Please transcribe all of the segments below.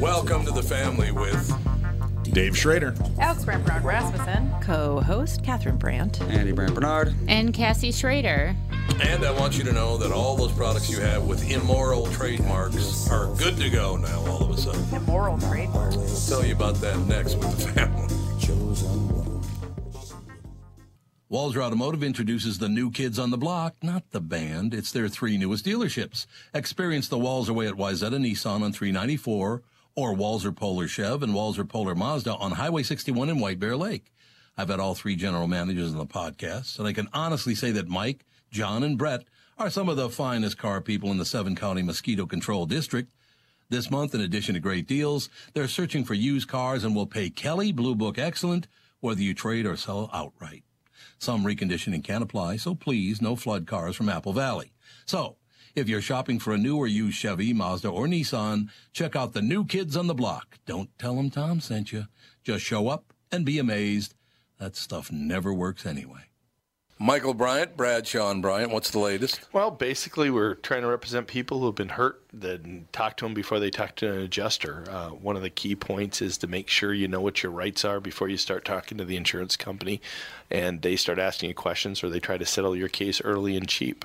Welcome to the family with Dave Schrader. Alex Ramprod Rasmussen. Co host Catherine Brandt. Andy Brandt Bernard. And Cassie Schrader. And I want you to know that all those products you have with immoral trademarks are good to go now, all of a sudden. Immoral trademark. I'll tell you about that next with the family. Walzer Automotive introduces the new kids on the block, not the band. It's their three newest dealerships. Experience the Walzer way at Wyzetta Nissan on 394 or Walzer Polar Chev and Walzer Polar Mazda on Highway 61 in White Bear Lake. I've had all three general managers on the podcast, and I can honestly say that Mike, John, and Brett are some of the finest car people in the seven county mosquito control district. This month, in addition to great deals, they're searching for used cars and will pay Kelly Blue Book excellent whether you trade or sell outright. Some reconditioning can apply, so please no flood cars from Apple Valley. So, if you're shopping for a new or used Chevy, Mazda, or Nissan, check out the new kids on the block. Don't tell them Tom sent you. Just show up and be amazed. That stuff never works anyway. Michael Bryant, Brad Sean Bryant, what's the latest? Well, basically, we're trying to represent people who have been hurt, then talk to them before they talk to an adjuster. Uh, one of the key points is to make sure you know what your rights are before you start talking to the insurance company and they start asking you questions or they try to settle your case early and cheap.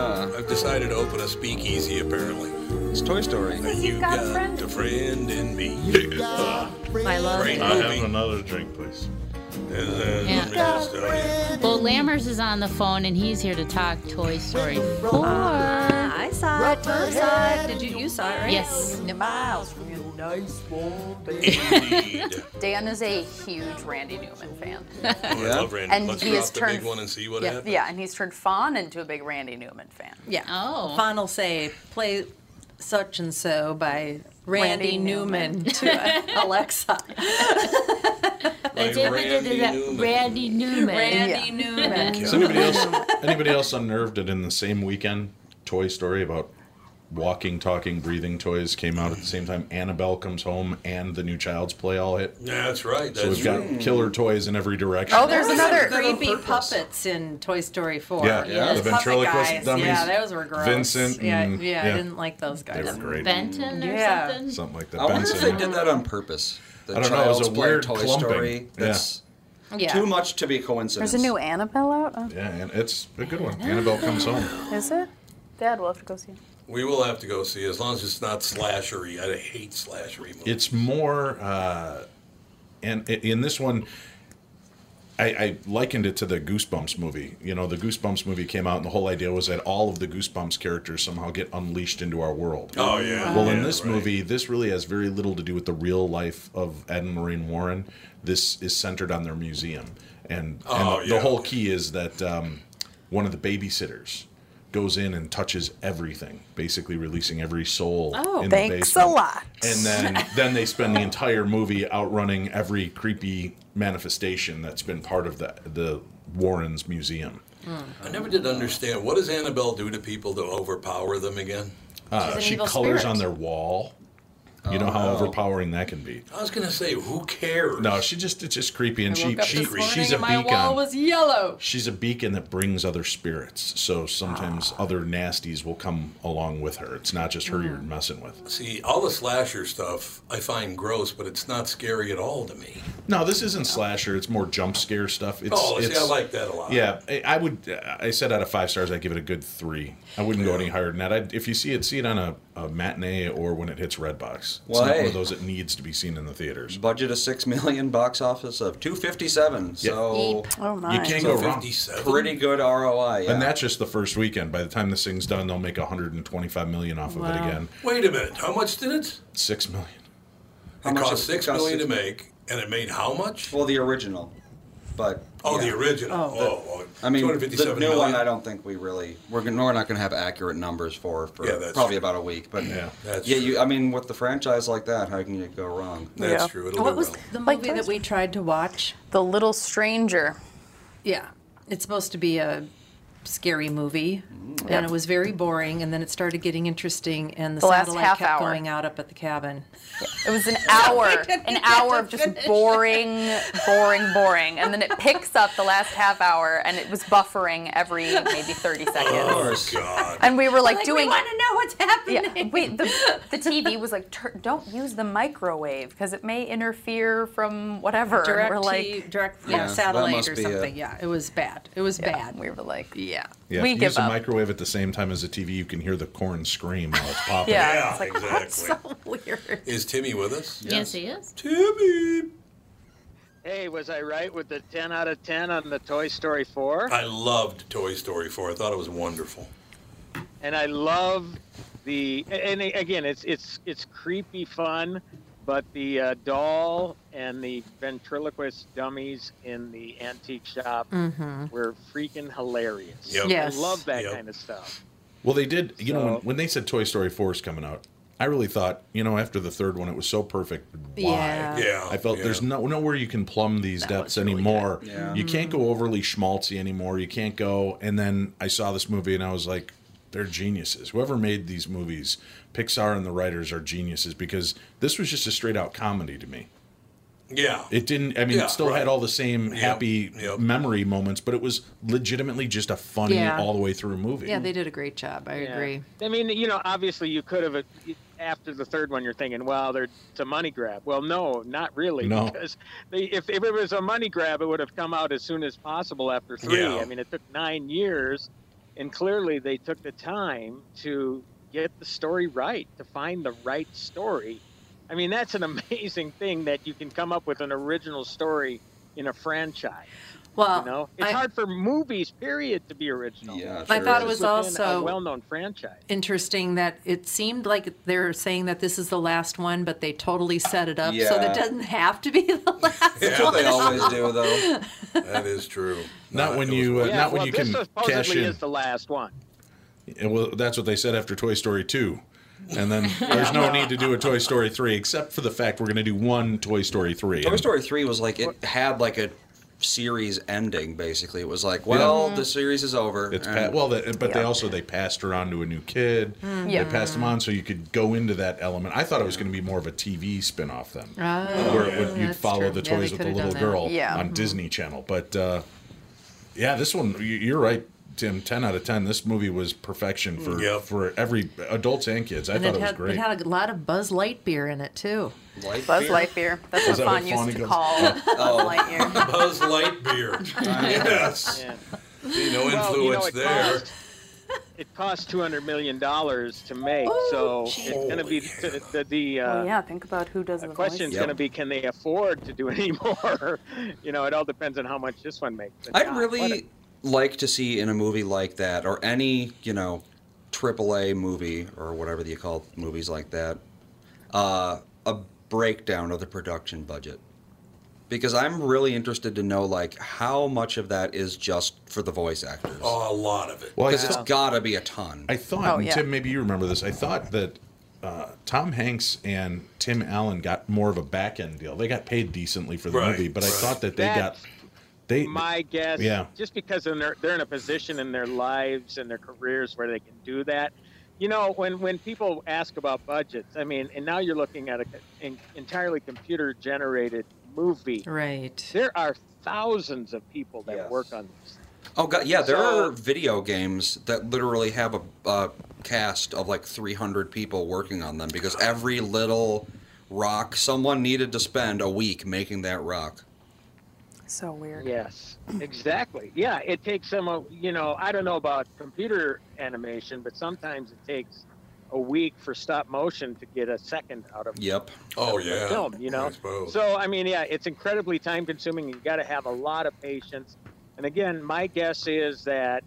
I've decided to open a speakeasy, apparently. it's Toy Story. You got a friend. a friend in me. I love Great it. I have movie. another drink, please. Yeah. Well, Lammers is on the phone and he's here to talk Toy Story 4. Uh, I saw it. Tom saw it. Did you? You saw it, right? Yes. Miles. Indeed. Dan is a huge Randy Newman fan. I love Randy. And Let's he drop has the big turned- one and see what yeah, happens. yeah, and he's turned Fawn into a big Randy Newman fan. Yeah. Oh. Fawn will say, play such and so by Randy Randy, Newman, to uh, Alexa. They did- they did that- Randy Newman. Randy Yeah. Newman. Is anybody else anybody else unnerved that in the same weekend Toy Story about walking, talking, breathing toys came out at the same time? Annabelle comes home and the new Child's Play all hit. That's right. So That's we've got killer toys in every direction. Oh, there's another. creepy puppets in Toy Story 4. Yeah, yeah. those The puppet ventriloquist guys. dummies. Yeah, those were gross. Vincent Yeah, and- yeah, I yeah. didn't like those they guys. were great. Benton or Yeah. something? Something like that. I wonder if they Benson. did that on purpose. The I don't know, it was Child's a Play weird Toy clumping. Story. That's Yeah. too much to be coincidence. There's a new Annabelle out, uh, Yeah, and it's a good one. Annabelle comes home. is it? Dad, we'll have to go see. it. We will have to go see as long as it's not slashery. I hate slashery movies. it's more uh, and i- in this one I, I likened it to the goosebumps movie you know the goosebumps movie came out and the whole idea was that all of the goosebumps characters somehow get unleashed into our world oh yeah. well, in yeah, this right. movie, this really has very little to do with the real life of Ed and Lorraine Warren. This is centered on their museum, and, Oh, and the, yeah. whole key is that um, one of the babysitters goes in and touches everything, basically releasing every soul. Oh, in the Thanks a basement. lot. And then, then they spend the entire movie outrunning every creepy manifestation that's been part of the the Warrens Museum. I never did understand what does Annabelle do to people to overpower them again. Uh, an she evil colors spirit. on their wall. You know how overpowering that can be. Oh. I was gonna say, who cares? No, she just it's just creepy, and I woke she up she this morning she's a and my wall beacon. was yellow. she's a beacon that brings other spirits. So sometimes Ah. other nasties will come along with her. It's not just her you're messing with. See, all the slasher stuff I find gross, but it's not scary at all to me. No, this isn't slasher. It's more jump scare stuff. It's, oh, see, it's- I like that a lot. Yeah, I I would. I said out of five stars, I'd give it a good three. I wouldn't go any higher than that. I'd, if you see it, see it on a, a matinee or when it hits Redbox. It's Well, not one hey. of those that needs to be seen in the theaters. Budget of six million, box office of two fifty-seven. So Oh my. You can't go wrong. 57. pretty good ROI. Yeah. And that's just the first weekend. By the time this thing's done, they'll make 125 million off of it Wow. again. Wait a minute. How much did it? Six million. How it much cost it- it six cost million six to million. make, and it made how much? well, the original, but oh, yeah. the original. Oh, oh, I mean, the 257 new million. one. I don't think we really we're gonna, we're not going to have accurate numbers for for Yeah, that's probably true. about a week. But Yeah. That's yeah, true. you. I mean, with the franchise like that, how can you go wrong? That's Yeah. true. It'll What do was well. the Like movie that Toys- we tried to watch? The Little Stranger. Yeah, it's supposed to be a scary movie, and it was very boring. And then it started getting interesting, and the, The last satellite half kept hour. going out up at the cabin. It was an hour, an hour of just boring, boring, boring, and then it picks up the last half hour, and it was buffering every maybe 30 seconds, Oh, God. and we were like, doing. to know what's happening. yeah, wait. The, the TV was like, "Tur- don't use the microwave because it may interfere from whatever. And Direct, we're like, T- direct yeah, Yeah, that satellite must or be it. something. Yeah, it was bad. It was yeah. bad. We were like, yeah. Yeah, we if you give use a up. microwave at the same time as a TV, you can hear the corn scream while it's popping. Yeah. Yeah, It's like, exactly. So weird. Is Timmy with us? Yes, he is. Timmy! Hey, was I right with the 10 out of 10 on the Toy Story 4? I loved Toy Story 4. I thought it was wonderful. and I love the and again it's it's it's creepy fun, but the uh, doll and the ventriloquist dummies in the antique shop were freaking hilarious. Yep. Mm-hmm. Yes. I love that Yep. kind of stuff. Well, they did. You know, when, So- when they said Toy Story 4 is coming out, I really thought, you know, after the third one, it was so perfect. Why? Yeah. Yeah. I felt yeah. there's no nowhere you can plumb these depths anymore. Yeah. You can't Mm-hmm. go overly schmaltzy anymore. You can't go. And then I saw this movie and I was like, they're geniuses. Whoever made these movies, Pixar and the writers are geniuses because this was just a straight out comedy to me. Yeah. It didn't. I mean, Yeah, it still right. had all the same happy yep. memory moments, but it was legitimately just a funny Yeah. all the way through movie. Yeah, they did a great job. I Yeah. agree. I mean, you know, obviously you could have after the third one you're thinking, well, they're it's a money grab. Well, no, not really No. because they, if, if it was a money grab, it would have come out as soon as possible after 3. Yeah. I mean, it took 9 years and clearly they took the time to get the story right, to find the right story. I mean, that's an amazing thing that you can come up with an original story in a franchise, Well, you know? It's I- hard for movies period to be original. Yeah, I sure thought it is. was Within also- a well-known franchise. interesting that it seemed like they're saying that this is the last one, but they totally set it up so that Yeah. it doesn't have to be the last Yeah. That's what one. they always do though. that is true. Not Nah, when it was you, uh, wonderful. But not when well, you this can supposedly cash in. is the last one. And well, that's what they said after Toy Story 2. And then there's no need to do a Toy Story 3, except for the fact we're going to do one Toy Story 3. Toy And Story three was like it had like a series ending. Basically, it was like, well, Mm-hmm. the series is over. It's and- pa- well, the, but they Yeah. also they passed her on to a new kid. Hmm. Yeah. They passed them on so you could go into that element. I thought it was going to be more of a TV spin-off then, where it would, you'd that's follow true. the Oh, Yeah, they toys with the could've done little that. Mm-hmm. girl Yeah. on Mhm. Disney Channel. But uh, yeah, this one you- you're right, Tim. Ten out of ten. This movie was perfection for Yep. for every adults and kids. I Mm. And thought it it, was had, great. it had a lot of Buzz Lightyear in it too. Light Buzz beer. Lightyear. That's what that Fawn what used Fonny to goes- call Oh. Buzz Lightyear. Buzz Lightbeard. yes. Yeah. See, no Well, you know, influence it there. cost- It cost two hundred million dollars to make, Oh, so it's going to be the the, the uh, Well, Oh, yeah, think about who does the the question's voice. going to be can they afford to do any more? you know, it all depends on how much this one makes. But I'd God, what a- really like to see in a movie like that, or any you know, AAA movie or whatever you call movies like that, uh, a breakdown of the production budget, because I'm really interested to know like how much of that is just for the voice actors, because Oh, a lot of it. well, I it's thought- gotta be a ton. I thought, Oh, and yeah. Tim, maybe you remember this. I thought that uh, Tom Hanks and Tim Allen got more of a back end deal. They got paid decently for the Right, movie, but I right. thought that they got That's they. my guess. Yeah. Just because in their, they're in a position in their lives and their careers where they can do that, You know, when, when people ask about budgets, I mean, and now you're looking at an entirely computer generated movie. Right. There are thousands of people that Yes. work on this. Oh god, yeah, there So- are video games that literally have a, a cast of like 300 people working on them because every little rock someone needed to spend a week making that rock. So weird. Yes, exactly. Yeah, it takes some, uh, you know, I don't know about computer animation, but sometimes it takes a week for stop motion to get a second out of Yep. Oh yeah. film, you know? I suppose. So, I mean, yeah, it's incredibly time consuming. You got to have a lot of patience. And again, my guess is that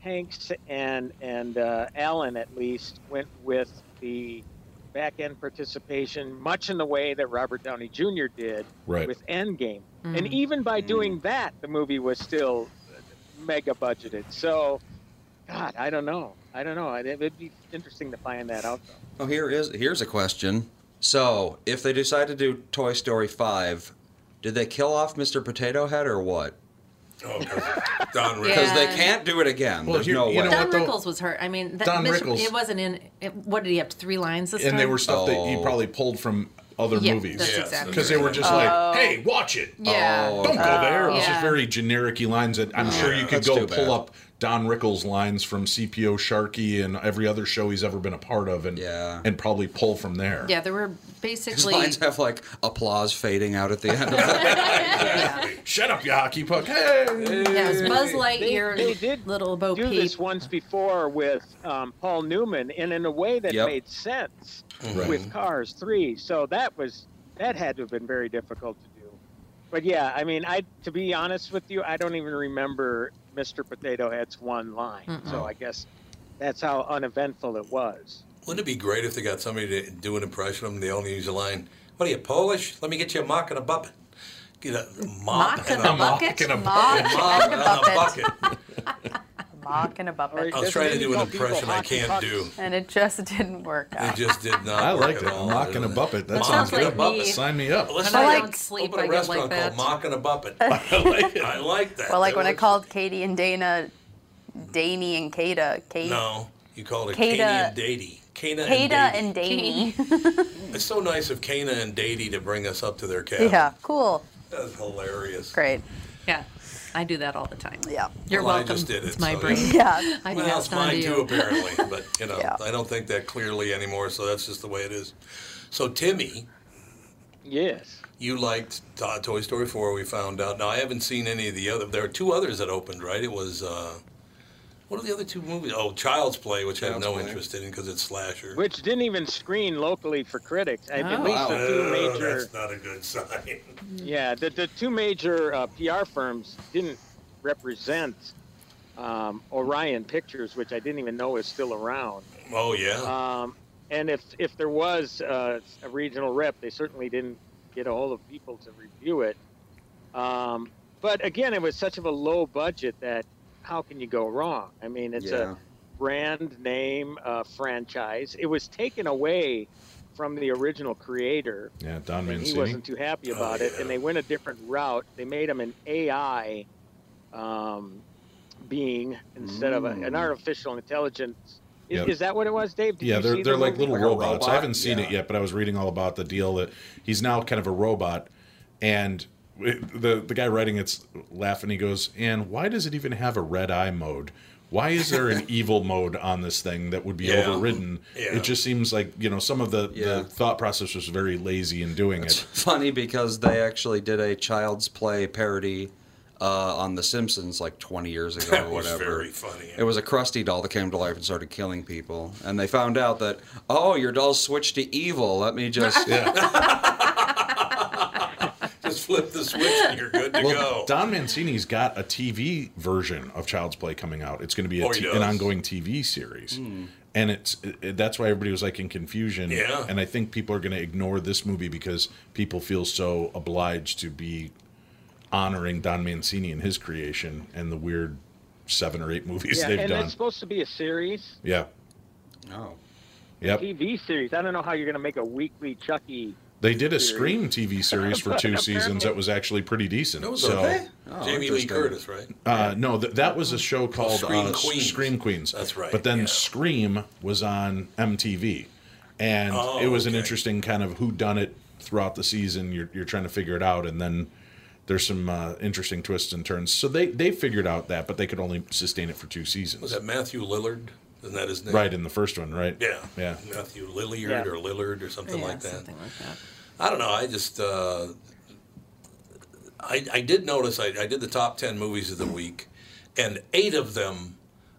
Hanks and, and uh, Allen, at least, went with the back end participation, much in the way that Robert Downey Jr. did Right. with Endgame. And even by Mm. doing that, the movie was still uh, mega budgeted. So, God, I don't know. I don't know. It- It'd be interesting to find that out, though. Oh, here is here's a question. So, if they decide to do Toy Story 5, did they kill off Mr. Potato Head or what? Oh, 'cause Don Rickles. Because they Yeah. can't do it again. Well, There's here- no way. you know Don what, though? Rickles was hurt. I mean, that Don Mission- Rickles. It wasn't in. It, what did he have? Three lines this and time. they were stuff that he Oh. probably pulled from other Yeah, movies that's Yes, exactly. Oh. because they were just like, "Hey, watch it." Yeah. Uh, Oh, Don't go there. It's yeah. just very generic lines that I'm sure you could That's go too bad. pull up Don Rickles lines from CPO Sharky and every other show he's ever been a part of and Yeah. and probably pull from there. Yeah, there were His basically. lines have like applause fading out at the end of it. yeah. Shut up, you hockey puck. Hey. yeah, it was Buzz Lightyear, they did Little Bo do Peep. this once before with um, Paul Newman, and in a way that Yep. made sense Right. with Cars Three. So that was that had to have been very difficult to do. But yeah, I mean, I to be honest with you, I don't even remember Mr. Potato Head's one line. So I guess that's how uneventful it was. Wouldn't it be great if they got somebody to do an impression of them? They only use a line. What are you Polish? Let me get you a mock and a bucket. Get a mock, Mock and and a a bucket. Mock buck. and a Mock Mock and a bucket. bucket. Mock and a Or bucket. I was doesn't trying to even do an call people impression I hockey can't pucks. do. And it just didn't work It out. just did not. I work like at that. all. Mock and a buppet. That That sounds sounds Mock and good. a like buppet. me. Sign me Let's up. When I I start like- don't sleep, open I a get like restaurant called that. Mock and a Buppet. I like it. I like that. Well, like That when I was- called Katie and Dana, Danny and Kada. Kate, No, you called it Cada- Kana and Dady. Kana and Kada Dady. and Danny. It's so nice of Kana and Dady to bring us up to their cabin. yeah, cool. That's hilarious. Great. Yeah, I do that all the time. Yeah. You're Well, I welcome. just did it, it's my so brain. yeah. Yeah. I Well, it's passed on to mine too, you. apparently. But you know, Yeah. I don't think that clearly anymore. So that's just the way it is. So Timmy, Yes. you liked To- Toy Story 4. We found out. Now I haven't seen any of the other. There are two others that opened, right? It was uh, what are the other two movies? Oh, Child's Play, which I have Child's no Play. interest in because it's slasher. Which didn't even screen locally for critics. I- At Oh. least the two Oh, major. That's not a good sign. Yeah, the, the two major uh, PR firms didn't represent um, Orion Pictures, which I didn't even know was still around. Oh yeah. Um, and if if there was uh, a regional rep, they certainly didn't get a hold of people to review it. Um, but again, it was such of a low budget that how can you go wrong? I mean, it's uh, Yeah. a brand name uh, franchise. It was taken away from the original creator, Yeah, Don and he Mancini. wasn't too happy Oh, about it. And they went a different route. They made him an AI um, being instead of a, an Mm. artificial intelligence. Is, Yeah. is that what it was, Dave? Did Yeah, you see they're the they're like movie? little Like a robots. I robot? haven't seen it Yeah. yet, but I was reading all about the deal that he's now kind of a robot, and it- the the guy writing it's laughing. He goes, "And why does it even have a red eye mode? Why is there an evil mode on this thing that would be Yeah. overridden? Yeah. It just seems like you know some of the, Yeah. the thought process was very lazy in doing It's it. funny because they actually did a Child's Play parody uh, on The Simpsons like 20 years ago that or was whatever. very funny. It was a crusty doll that came to life and started killing people. And they found out that, oh, your doll switched to evil. Let me just. Just flip the switch and you're good to go. Don Mancini's got a TV version of Child's Play coming out. It's going to be a Oh, he t- does. an ongoing TV series. Hmm. And it's it, it- that's why everybody was like in confusion. Yeah. And I think people are going to ignore this movie because people feel so obliged to be honoring Don Mancini and his creation and the weird seven or eight movies Yeah, they've and done. it's supposed to be a series, Yeah. No. Yep. TV series. I don't know how you're going to make a weekly E. Chucky They did a Scream TV series for two seasons that was actually pretty decent. That was so, okay. Oh, Jamie Lee interesting. Curtis, right? Uh, no, th- that was a show called Scream uh, S- Queens. Scream Queens. That's right, But then yeah. Scream was on MTV, and Oh, it was an okay. interesting kind of who done it throughout the season. You're you're trying to figure it out, and then there's some uh, interesting twists and turns. So they they figured out that, but they could only sustain it for two seasons. Hmm. Was that Matthew Lillard? Isn't that his name? Right in the first one, right? Yeah. yeah. Matthew Lilliard Yeah. or Lillard or something yeah, like that. something like that. I don't know. I just uh, I I did notice I, I did the top ten movies of the week, and eight of them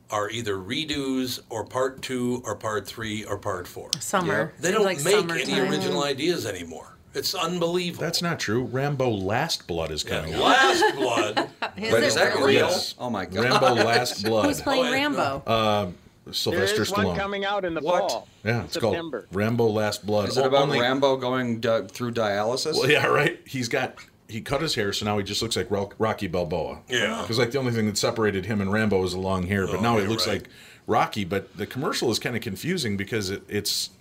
are either redos or part two or part three or part four. Summer. They don't like make any summertime. original ideas anymore. It's unbelievable. That's not true. Rambo Last Blood is yeah. coming out. Last Blood. Is Wait, it is that really? real? Yes. Oh my god. Rambo Last Blood. Uh, Who's playing Oh, I- Rambo? There Sylvester is one Stallone. coming out in the What? fall. yeah, in it's September. called Rambo Last Blood. Is it O- about only- Rambo going di- through dialysis? Well, yeah, right. He's got he cut his hair, so now he just looks like Ro- Rocky Balboa. Yeah. because like the only thing that separated him and Rambo was the long hair, but Oh, now he you're looks right. like Rocky. But the commercial is kind of confusing because it, it's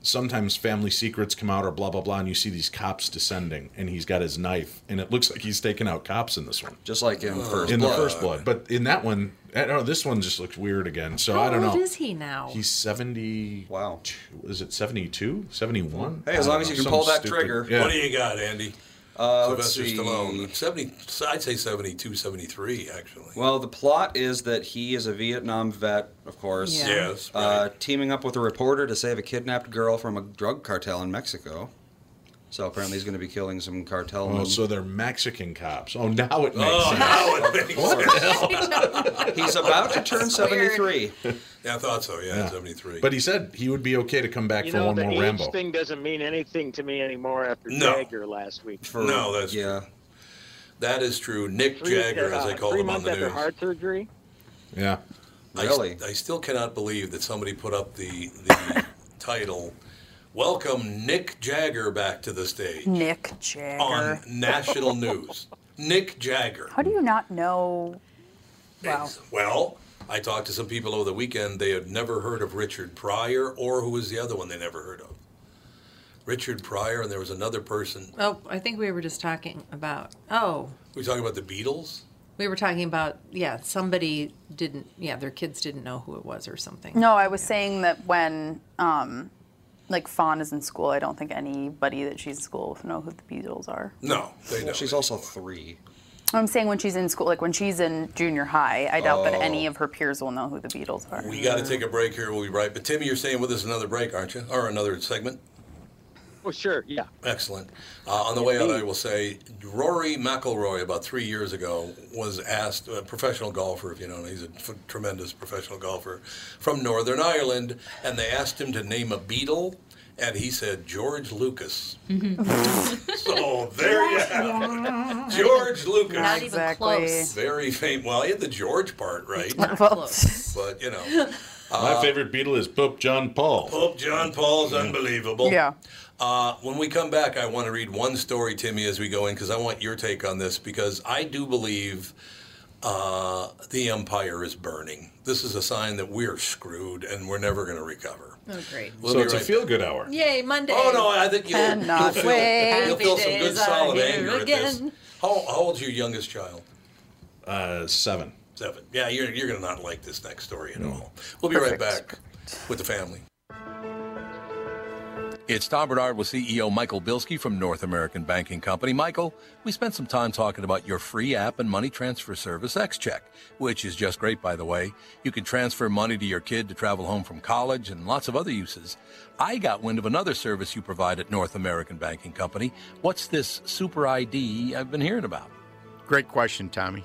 sometimes family secrets come out or blah blah blah, and you see these cops descending, and he's got his knife, and it looks like he's taking out cops in this one. Just like Uh, in First In Blood. the first blood, but in that one, I don't know, this one just looks weird again. So How I don't old know. is he now? He's 70. Wow. Is it 72? 71? Hey, I as don't long as know, you can some pull that stupid- trigger. Yeah. What do you got, Andy? Uh, let's Sylvester see. Stallone. Seventy. I'd say 72, 73, actually. Well, the plot is that he is a Vietnam vet, of course. Yeah. yes. Right. Uh, teaming up with a reporter to save a kidnapped girl from a drug cartel in Mexico. So apparently he's going to be killing some cartel. Oh, so they're Mexican cops. Oh, now it makes oh, sense. now it makes sense. he's about to turn weird. 73. Yeah, I thought so. Yeah, Yeah. 73. But he said he would be okay to come back You for know, one the more age Rambo. thing doesn't mean anything to me anymore after No. Jagger last week. For, No, that's yeah. that is true. Nick Three, Jagger, as uh, they call three him on months the after news. heart surgery. Yeah. I, Really? I still cannot believe that somebody put up the the title, "Welcome Nick Jagger back to the stage" Nick Jagger. on national news. Nick Jagger. How do you not know? Wow. Well, I talked to some people over the weekend. They had never heard of Richard Pryor, or who was the other one they never heard of? Richard Pryor, and there was another person. Oh, I think we were just talking about. Oh, We talking about the Beatles? we were talking about yeah. Somebody didn't. Yeah, their kids didn't know who it was or something. No, I was saying that when, um, like, Fawn is in school, I don't think anybody that she's in school with know who the Beatles are. No, they Well, don't. she's also three. I'm saying when she's in school, like when she's in junior high, I doubt that any of her peers will know who the Beatles are. Oh. We got to take a break here. We'll be right. But Timmy, you're staying with us another break, aren't you? Or another segment? Well, Oh, sure, yeah. Excellent. Uh, on the way out, I will say Rory McIlroy about three years ago was asked, a professional golfer, if you know, he's a f- tremendous professional golfer from Northern Ireland, and they asked him to name a Beatle, and he said George Lucas. so there you have it. Not George Lucas. even close. Very famous. Well, he had the George part right, Well, but you know, uh, My favorite Beatle is Pope John Paul. Pope John Paul's unbelievable. yeah. Uh, when we come back, I want to read one story, Timmy, as we go in, because I want your take on this, because I do believe uh, the empire is burning. This is a sign that we're screwed and we're never going to recover. Oh, great. We'll so be it's a right- feel good hour. Yay, Monday. Oh, no, I think you'll, you'll Cannot feel, wait. you'll feel some Happy good, days are solid here anger at this. again. How, how old's your youngest child? Uh, seven. Seven. Yeah, you're, you're going to not like this next story at all. We'll be right Perfect. back with the family. It's Tom Bernard with CEO Michael Bilski from North American Banking Company. Michael, we spent some time talking about your free app and money transfer service, XCheck, which is just great, by the way. You can transfer money to your kid to travel home from college and lots of other uses. I got wind of another service you provide at North American Banking Company. What's this Super ID I've been hearing about? Great question, Tommy.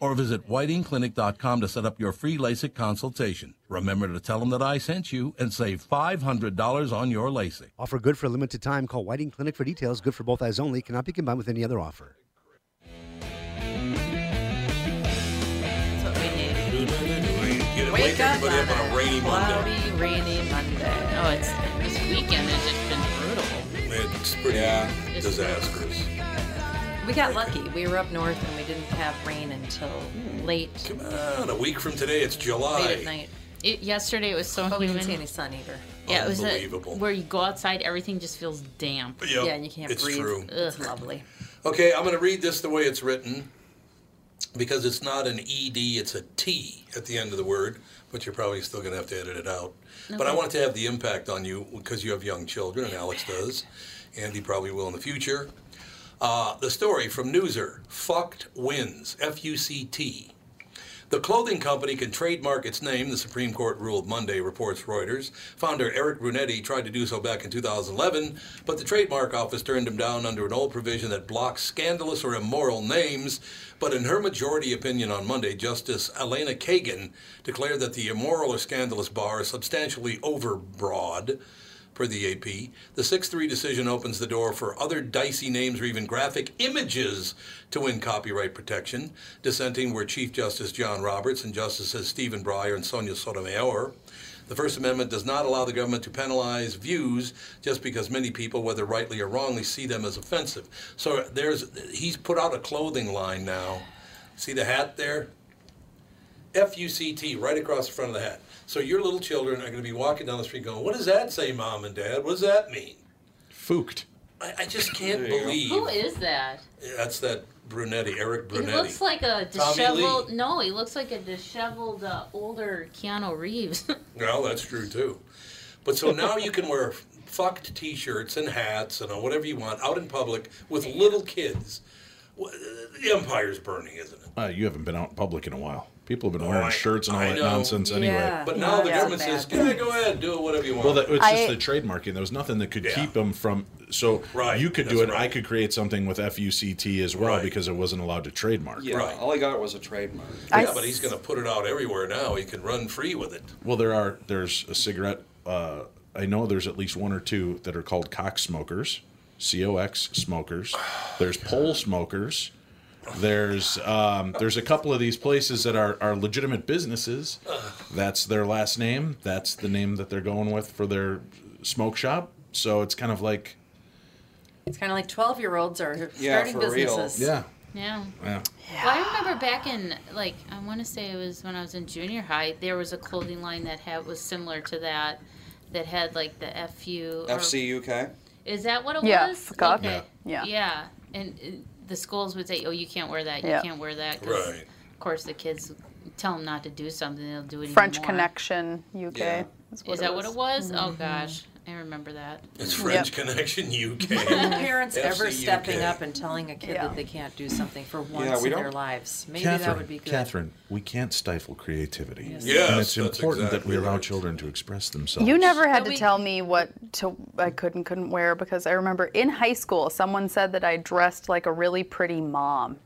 or visit whitingclinic.com to set up your free LASIK consultation. Remember to tell them that I sent you and save $500 on your LASIK. Offer good for a limited time. Call Whiting Clinic for details. Good for both eyes only. Cannot be combined with any other offer. That's what we need. Get Wake wake up everybody up on on a rainy Monday. Cloudy, rainy Monday. Oh, it's this weekend has just been brutal. It's pretty disastrous. We got lucky. We were up north and we didn't have rain until late, Uh, Come on, a Uh, week from today, it's late at July. night. It, yesterday it was so But we humid. didn't see any sun either. yeah, it was a, Unbelievable. where you go outside, everything just feels damp. Yep, Yeah, and you can't it's breathe. true. It's lovely. Okay, I'm going to read this the way it's written because it's not an ED, it's a T at the end of the word, but you're probably still going to have to edit it out. But I wanted to have the impact on you because you have young children, and Alex does. Andy probably will in the future. Uh, the story from Newser Fucked Wins, F U C T. The clothing company can trademark its name, the Supreme Court ruled Monday, reports Reuters. Founder Eric Brunetti tried to do so back in 2011, but the trademark office turned him down under an old provision that blocks scandalous or immoral names. But in her majority opinion on Monday, Justice Elena Kagan declared that the immoral or scandalous bar is substantially overbroad. Per the AP, the 6 3 decision opens the door for other dicey names or even graphic images to win copyright protection. Dissenting were Chief Justice John Roberts and Justices Stephen Breyer and Sonia Sotomayor. The First Amendment does not allow the government to penalize views just because many people, whether rightly or wrongly, see them as offensive. So there's he's put out a clothing line now. See the hat there? F U C T right across the front of the hat. So your little children are going to be walking down the street going, "What does that say, mom and dad? What does that mean?" Fooked. I, I just can't you go. believe Who is that? that's that Brunetti, Eric He Brunetti. looks like a Tommy Lee. disheveled. No, he looks like a disheveled uh, older Keanu Reeves. Well, that's true too. But so now you can wear fucked T-shirts and hats and uh, whatever you want out in public with little kids. Wha- The empire's burning, isn't it? Uh, you haven't been out in public in a while. People have been wearing Oh, I- shirts and all I that know. nonsense anyway. Yeah. But now the Yeah. government says, "Yeah, go ahead, do it whatever you want." Well, that, it's just I- the trademarking. There was nothing that could Yeah. keep them from. So Right, you could do it. that's I right. could create something with FUCT as well Right. because it wasn't allowed to trademark. Yeah, Right. all I got was a trademark. yeah, but he's going to put it out everywhere now. He can run free with it. Well, there are. There's a cigarette. Uh, I know there's at least one or two that are called cock smokers, C O X smokers. There's pole smokers. There's um, there's a couple of these places that are, are legitimate businesses. That's their last name. That's the name that they're going with for their smoke shop. So it's kind of like It's kind of like 12 year olds are Yeah, starting for real. businesses. yeah, yeah. yeah. Well, I remember back in like I want to say it was when I was in junior high. There was a clothing line that had was similar to that, that had like the fu. or- FCUK. Is that what it Yeah, was? fuck. Okay. Yeah. Yeah. Yeah. And uh, the schools would say, "Oh, you can't wear that. You Yeah. can't wear that." 'cause, Right. Of course, the kids tell them not to do something. They'll do it. even French more. Connection, UK. Yeah. Is, Is that what it was? Oh gosh, I remember that. It's French Connection UK. Parents ever FCUK. stepping up and telling a kid Yeah. that they can't do something for once we in don't- their lives? Maybe that would be good. Catherine, we can't stifle creativity. Yes, and it's that's important exactly that we allow right. children to express themselves. You never had But to we- tell me what to I could and couldn't wear because I remember in high school someone said that I dressed like a really pretty mom.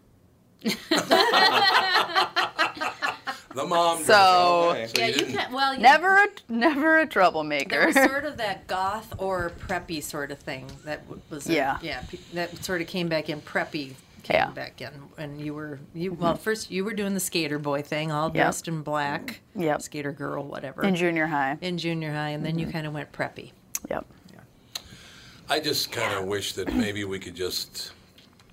The mom. So Okay. yeah, you didn't- can. Well, you- never a never There a was troublemaker. sort of that goth or preppy sort of thing that w- was in- Yeah. yeah pe- that sort of came back in preppy came Yeah. back in and you were you well first you were doing the skater boy thing all Yep. dressed in black Yep. skater girl whatever In junior high. Mm-hmm. in junior high and then you kind of went preppy Yep. I just kind of wish that maybe we could just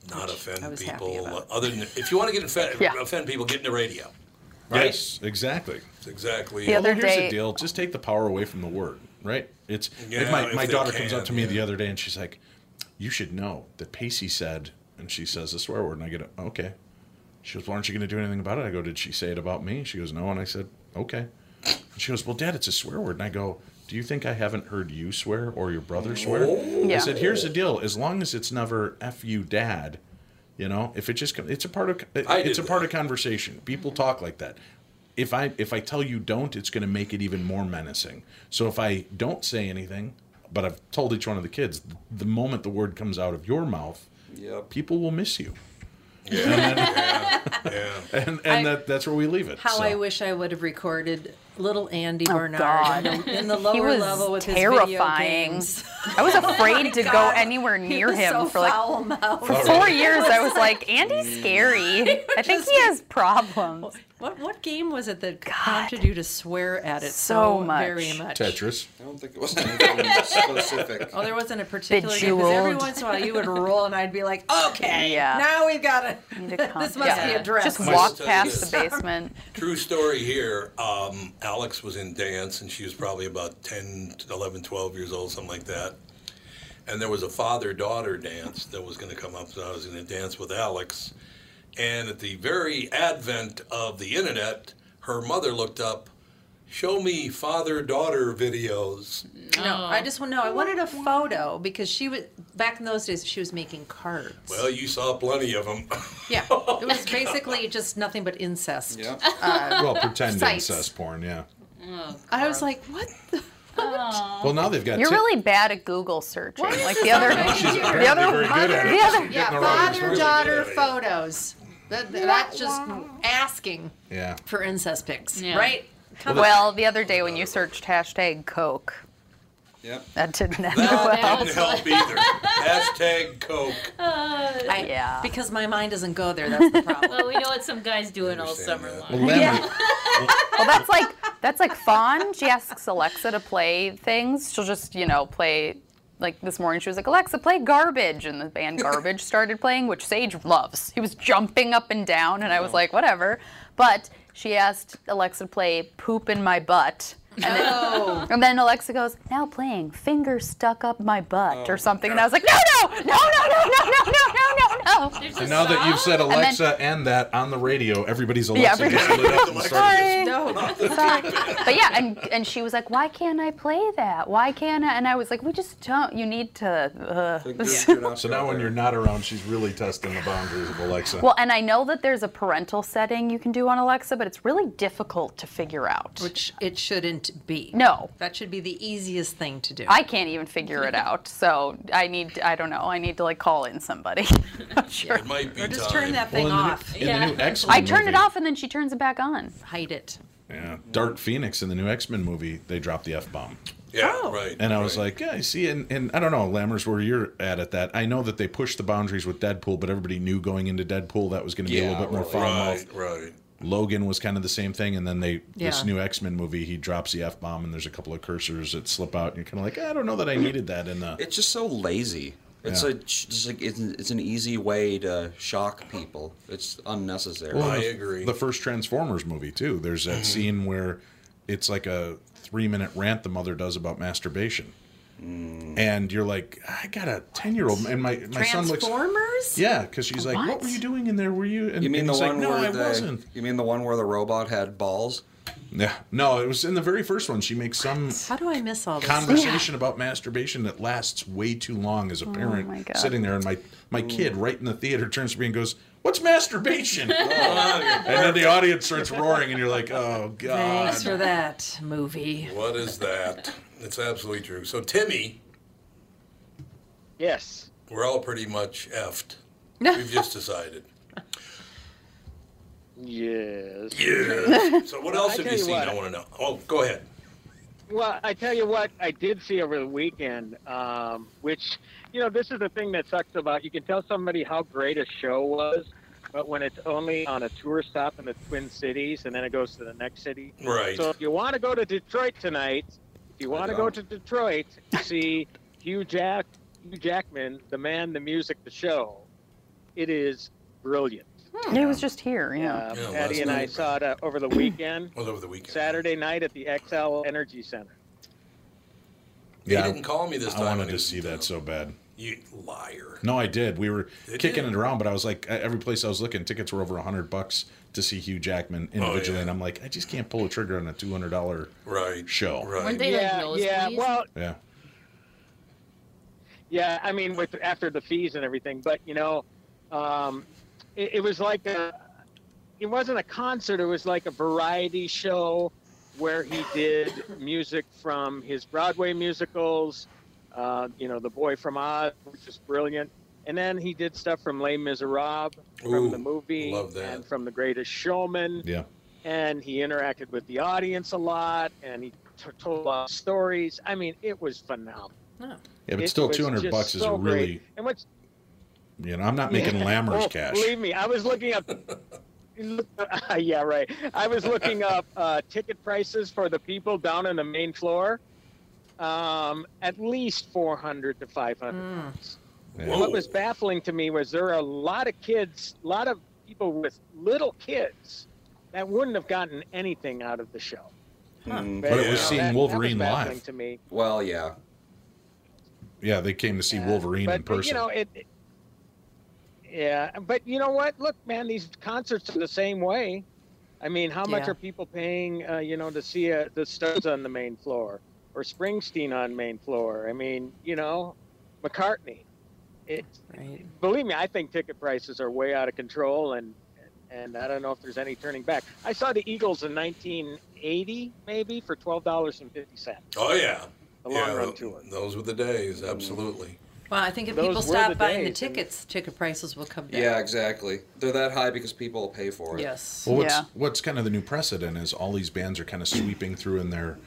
not I offend was happy people. uh, about. Other than if you want to get offend, Yeah. offend people, get in the radio. Yes, exactly. That's exactly. Although it. here's the deal: just take the power away from the word, right? It's if Yeah, my, if my they daughter can, comes up to me yeah. the other day and she's like, "You should know that Pacey said," and she says the swear word, and I get it. Okay. She goes, "Well, aren't you going to do anything about it?" I go, "Did she say it about me?" She goes, "No," and I said, "Okay." And she goes, "Well, Dad, it's a swear word," and I go. Do you think I haven't heard you swear or your brother swear? Oh. I Yeah. said, "Here's the deal: as long as it's never f you, dad, you know, if it just com- it's a part of I it's a did part of conversation. People talk like that. If I if I tell you don't, it's going to make it even more menacing. So if I don't say anything, but I've told each one of the kids, th- the moment the word comes out of your mouth, people will miss you. Yeah, and, and, and that, that's where we leave it. How so. uh, I wish I would have recorded little Andy Oh, Bernard God. in the- in the He lower was level with his video terrifying. games. Oh I was afraid my to go God. anywhere He near was him so for like foul-mouthed. for Oh, four really? years. It I was was like, Andy's scary. I think he has problems. What what game was it that prompted you to swear at it So so, much. very much? Tetris. I don't think it was anything specific. Oh, there wasn't a particular game. 'cause Every Bejeweled. once in a while, you would roll, and I'd be like, "Okay, Yeah. now we've got to. This must Yeah. be addressed." Just My walk sister past the is- basement. True story here. Um, Alex was in dance, and she was probably about 10, 11, 12 years old, something like that. And there was a father daughter dance that was going to come up, so I was going to dance with Alex. And at the very advent of the internet, her mother looked up, Show me father daughter videos. No, Oh. I just want no. I wanted a photo because she was back in those days. She was making cards. Well, you saw plenty of them. Yeah, it was basically just nothing but incest. Yeah. Uh, well, pretend sites. incest porn, yeah. Oh, I was like, what? The, what? Well, now they've got You're Tik- really bad at Google searching. Like the this other, already She's the apparently other, very good at it. the other. Yeah, Getting her own father responsibility. daughter photos. That, that's just asking Yeah. for incest pics, Yeah. right? Come on. Well, the other day when you searched hashtag Coke, Yep. that didn't That end well. didn't help either. Hashtag Coke. I, yeah. Because my mind doesn't go there. That's the problem. Uh, well, we know what some guys doing all summer long. Well, Lemmy- Well, that's like that's like Fawn. She asks Alexa to play things. She'll just you know play. Like this morning, she was like, "Alexa, play Garbage," and the band Garbage started playing, which Sage loves. He was jumping up and down, and I was like, "Whatever." But she asked Alexa to play "Poop in My Butt," and then, Oh. and then Alexa goes, "Now playing Finger Stuck Up My Butt" Oh, or something, and I was like, "No, no, no, no, no, no, no, no, no, no, no!" And now that you've said And then- Alexa and, that on the radio, everybody's Alexa Yeah, just lit up and started. Sorry. Sorry. But yeah, and and she was like, "Why can't I play that? Why can't I?" And I was like, "We just don't. You need to." Uh. So now when you're not around, she's really testing the boundaries of Alexa. Well, and I know that there's a parental setting you can do on Alexa, but it's really difficult to figure out. Which it shouldn't be. No. That should be the easiest thing to do. I can't even figure it out, so I need. I don't know. I need to like call in somebody. I'm sure. It might be Or just time. turn that Well, thing in the new- off. in the new X I turn it off and then she turns it back on. Hide it. Yeah. Dark Phoenix in the new X Men movie, they dropped the F bomb. Yeah, Oh. right. And I was like, yeah, I see. And, and I don't know, Lammers, where you're at at that. I know that they pushed the boundaries with Deadpool, but everybody knew going into Deadpool that was going to be a little bit more foul right, right. Logan was kind of the same thing, and then they this Yeah. new X Men movie, he drops the F bomb, and there's a couple of cursors that slip out, and you're kind of like, "Eh, I don't know that I needed that in the. It's just so lazy. It's Yeah. a just like it's, an- it's an easy way to shock people. It's unnecessary. Well, the- agree. The first Transformers movie too. There's Mm-hmm. that scene where it's like a three minute rant the mother does about masturbation, Mm. and you're like, I got a ten year old, and my my son looks. Transformers? Yeah, because she's like, what? were you doing in there? Were you? And, You mean and the he's one like, where No, I the wasn't. you mean the one where the robot had balls? Yeah, no, it was in the very first one. She makes some How do I miss all this? conversation about masturbation that lasts way too long as a parent my God. sitting there and my my Mm. kid right in the theater turns to me and goes what's masturbation Oh, and then the audience starts roaring and you're like oh god Thanks for that movie. What is that? It's absolutely true. So, Timmy, Yes. we're all pretty much effed. We've just decided. Yes. Yeah. So, what else I have tell you you seen? what. I want to know. Oh, go ahead. Well, I tell you what, I did see over the weekend, um, which, you know, this is the thing that sucks about you can tell somebody how great a show was, but when it's only on a tour stop in the Twin Cities and then it goes to the next city. Right. So if you want to go to Detroit tonight, if you want to go to Detroit, see Hugh Jack, Hugh Jackman, the man, the music, the show. It is brilliant. It was just here, yeah. Uh, Patty and I saw it uh, over the weekend. Well, over the weekend. Saturday night at the XL Energy Center. He didn't call me this I time wanted when to see that so bad. You liar. No, I did. We were Did kicking you? it around, but I was like, at every place I was looking, tickets were over hundred bucks to see Hugh Jackman individually, Oh, yeah. and I'm like, I just can't pull a trigger on a two hundred dollar right show. Weren't they like yeah, nosebleeds? yeah. Well, Yeah. Yeah, I mean, with after the fees and everything, but you know, um, it, it was like a, it wasn't a concert. It was like a variety show where he did music from his Broadway musicals. Uh, you know, The Boy from Oz, which is brilliant, and then he did stuff from Les Miserables, from Ooh, the movie, love that. and from The Greatest Showman Yeah. and he interacted with the audience a lot and he t- told a lot of stories i mean it was phenomenal Yeah, but It still, was two hundred just bucks is so great. really. and what's You know, I'm not making Yeah. Lammers Oh, cash. believe me i was looking up yeah right i was looking up uh, ticket prices for the people down on the main floor um, at least 400 to 500 bucks. Yeah. What was baffling to me was there are a lot of kids, a lot of people with little kids that wouldn't have gotten anything out of the show. Mm, But it was Yeah. seeing That- that was Wolverine baffling live. To me. Well, yeah. Yeah, they came to see Wolverine but, in but, person. you know, it, it- yeah, but you know what? Look, man, these concerts are the same way. I mean, how much Yeah. are people paying, uh, you know, to see uh, the Stones on the main floor or Springsteen on main floor? I mean, you know, McCartney. It, Right. believe me, I think ticket prices are way out of control, and and I don't know if there's any turning back. I saw the Eagles in 1980, maybe for twelve dollars and fifty cents. Oh yeah. The yeah, long run th- tour. Those were the days, Mm-hmm. absolutely. Well, I think if Those people were the stop buying the days, and- tickets, ticket prices will come down. Yeah, exactly. They're that high because people will pay for it. Yes. Well, what's Yeah. what's kind of the new precedent is all these bands are kind of sweeping through in their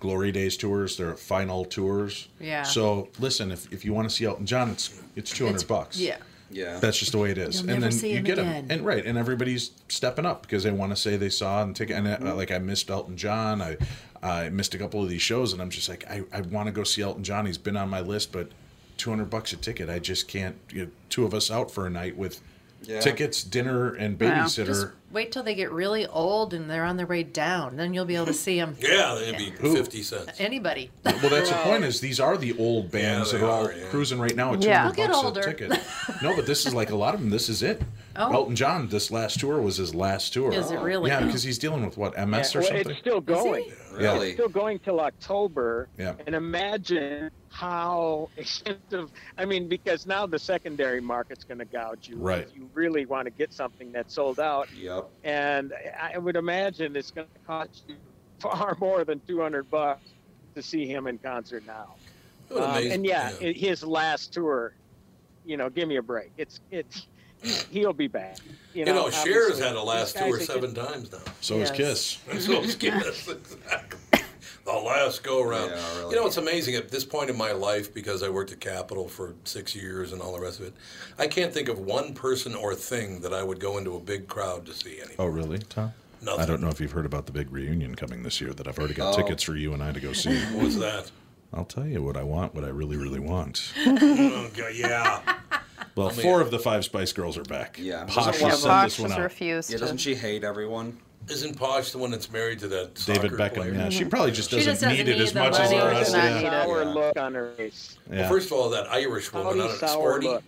glory days tours, their final tours. Yeah. So listen, if, if you want to see Elton John, it's it's two hundred bucks. Yeah. Yeah. That's just the way it is. You'll and never then see you him get again. them, and right, and everybody's stepping up because they want to say they saw and take. And Mm-hmm. uh, like I missed Elton John, I I missed a couple of these shows, and I'm just like I, I want to go see Elton John. He's been on my list, but two hundred bucks a ticket, I just can't. You know, two of us out for a night with. Yeah. Tickets, dinner, and Wow. babysitter. Just wait till they get really old and they're on their way down. Then you'll be able to see them. Yeah, it'd be fifty cents. Anybody. Well, that's the point. Is these are the old bands they that are all are, yeah. cruising right now at two Yeah. hundred They'll get bucks older. a ticket. No, but this is like a lot of them. This is it. Oh. Elton John, this last tour was his last tour. Is it really? Yeah, because he's dealing with what MS Yeah, or well, something. It's still going. Really? It's still going till October. Yeah. And imagine how expensive. I mean, because now the secondary market's going to gouge you. Right. You really want to get something that's sold out, Yep. and I I would imagine it's going to cost you far more than two hundred bucks to see him in concert now. It would Um, amaze- and yeah, i his last tour. You know, give me a break. It's it's. He'll be back. You You know, know, Cher's obviously. had a last These guys tour are seven just- times now. so is Yes. Kiss. And so it's Guinness, exactly. The last go around. Yeah, really. You know, it's amazing at this point in my life because I worked at Capitol for six years and all the rest of it. I can't think of one person or thing that I would go into a big crowd to see anymore. Oh, really, Tom? Nothing. I don't know if you've heard about the big reunion coming this year that I've already got Oh. tickets for you and I to go see. What was that? I'll tell you what I want, what I really, really want. Oh, God, yeah. Well, four of the five Spice Girls are back. Yeah. Posh Yeah, will send Fox this one just out. refused Yeah, doesn't to. she hate everyone? Isn't Posh the one that's married to that David soccer Beckham. player? Yeah, she probably just She doesn't, just doesn't need it need as the much as money. the She rest. does not yeah. need it. Sour Yeah. look on her face. Yeah. Well, first of all, that Irish woman, Tony I don't know, Sauer Sporty. look.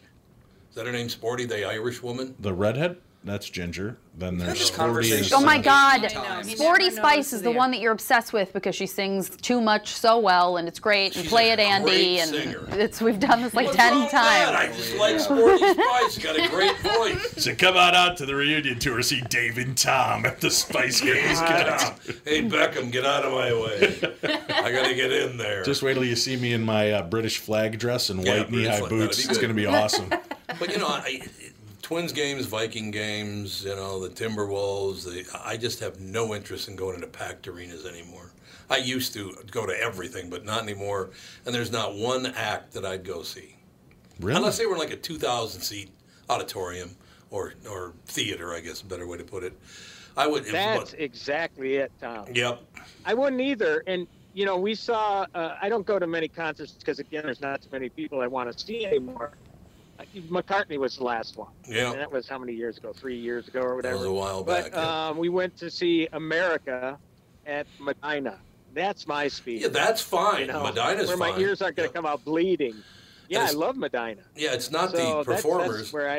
Is that her name, Sporty? The Irish woman? The redhead, that's Ginger. Then there's This Forty. conversation. and Oh my Sunny. God! I know. Sporty He never Spice noticed is it the either. one that you're obsessed with because she sings too much so well, and it's great. And She's play a it, Andy, great and singer. it's we've done this like What's wrong ten with that? times. I just like Sporty Spice. Got a great voice. So come on out to the reunion tour, see Dave and Tom at the Spice Girls. Get out. Hey, Beckham, get out of my way. I got to get in there. Just wait till you see me in my uh, British flag dress and Yeah, white British knee-high flag, boots. that'd be It's good. going to be awesome. But you know, I, Twins games, Viking games, you know, the Timberwolves. The, I just have no interest in going into packed arenas anymore. I used to go to everything, but not anymore. And there's not one act that I'd go see, really? unless they were in like a 2,000 seat auditorium or or theater. I guess a better way to put it. I would. if- That's exactly it, Tom. yep. I wouldn't either. And you know, we saw. Uh, I don't go to many concerts because again, there's not too many people I want to see anymore. McCartney was the last one. Yeah. And that was how many years ago? Three years ago or whatever. was a while But back, yeah. um, we went to see America at Medina. That's my speed. Yeah, that's fine. Medina's where my fine. ears aren't going to come out bleeding. Yeah, I it's- love Medina. Yeah, it's not So the that's- that's performers. where I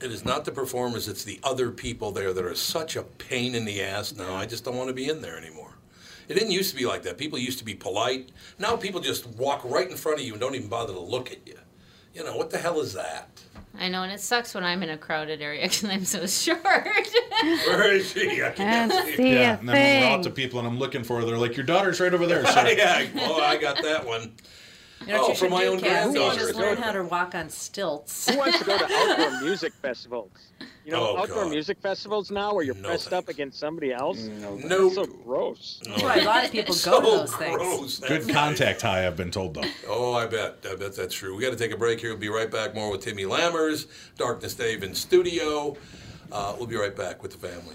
It is not the performers, it's the other people there that are such a pain in the ass now. I just don't want to be in there anymore. It didn't used to be like that. People used to be polite. Now people just walk right in front of you and don't even bother to look at you. You know, what the hell is that? I know, and it sucks when I'm in a crowded area because I'm so short. Where is she? I Can't see yeah, a and then when we're out thing. to people and I'm looking for her, they're like, "Your daughter's right over there." Sir. yeah, oh, I got that one. You know what oh, you from should my do, own Cass, is granddaughter. Just learn how to walk on stilts. Who wants to go to outdoor music festivals? You know, Oh, outdoor God. music festivals now where you're pressed up against somebody else? No. Nope. so gross. Right, a lot of people go to those things. Good contact high, I've been told though. Oh, I bet. I bet that's true. We got to take a break here. We'll be right back. More with Timmy Lammers, Darkness Dave in studio. Uh, we'll be right back with the family.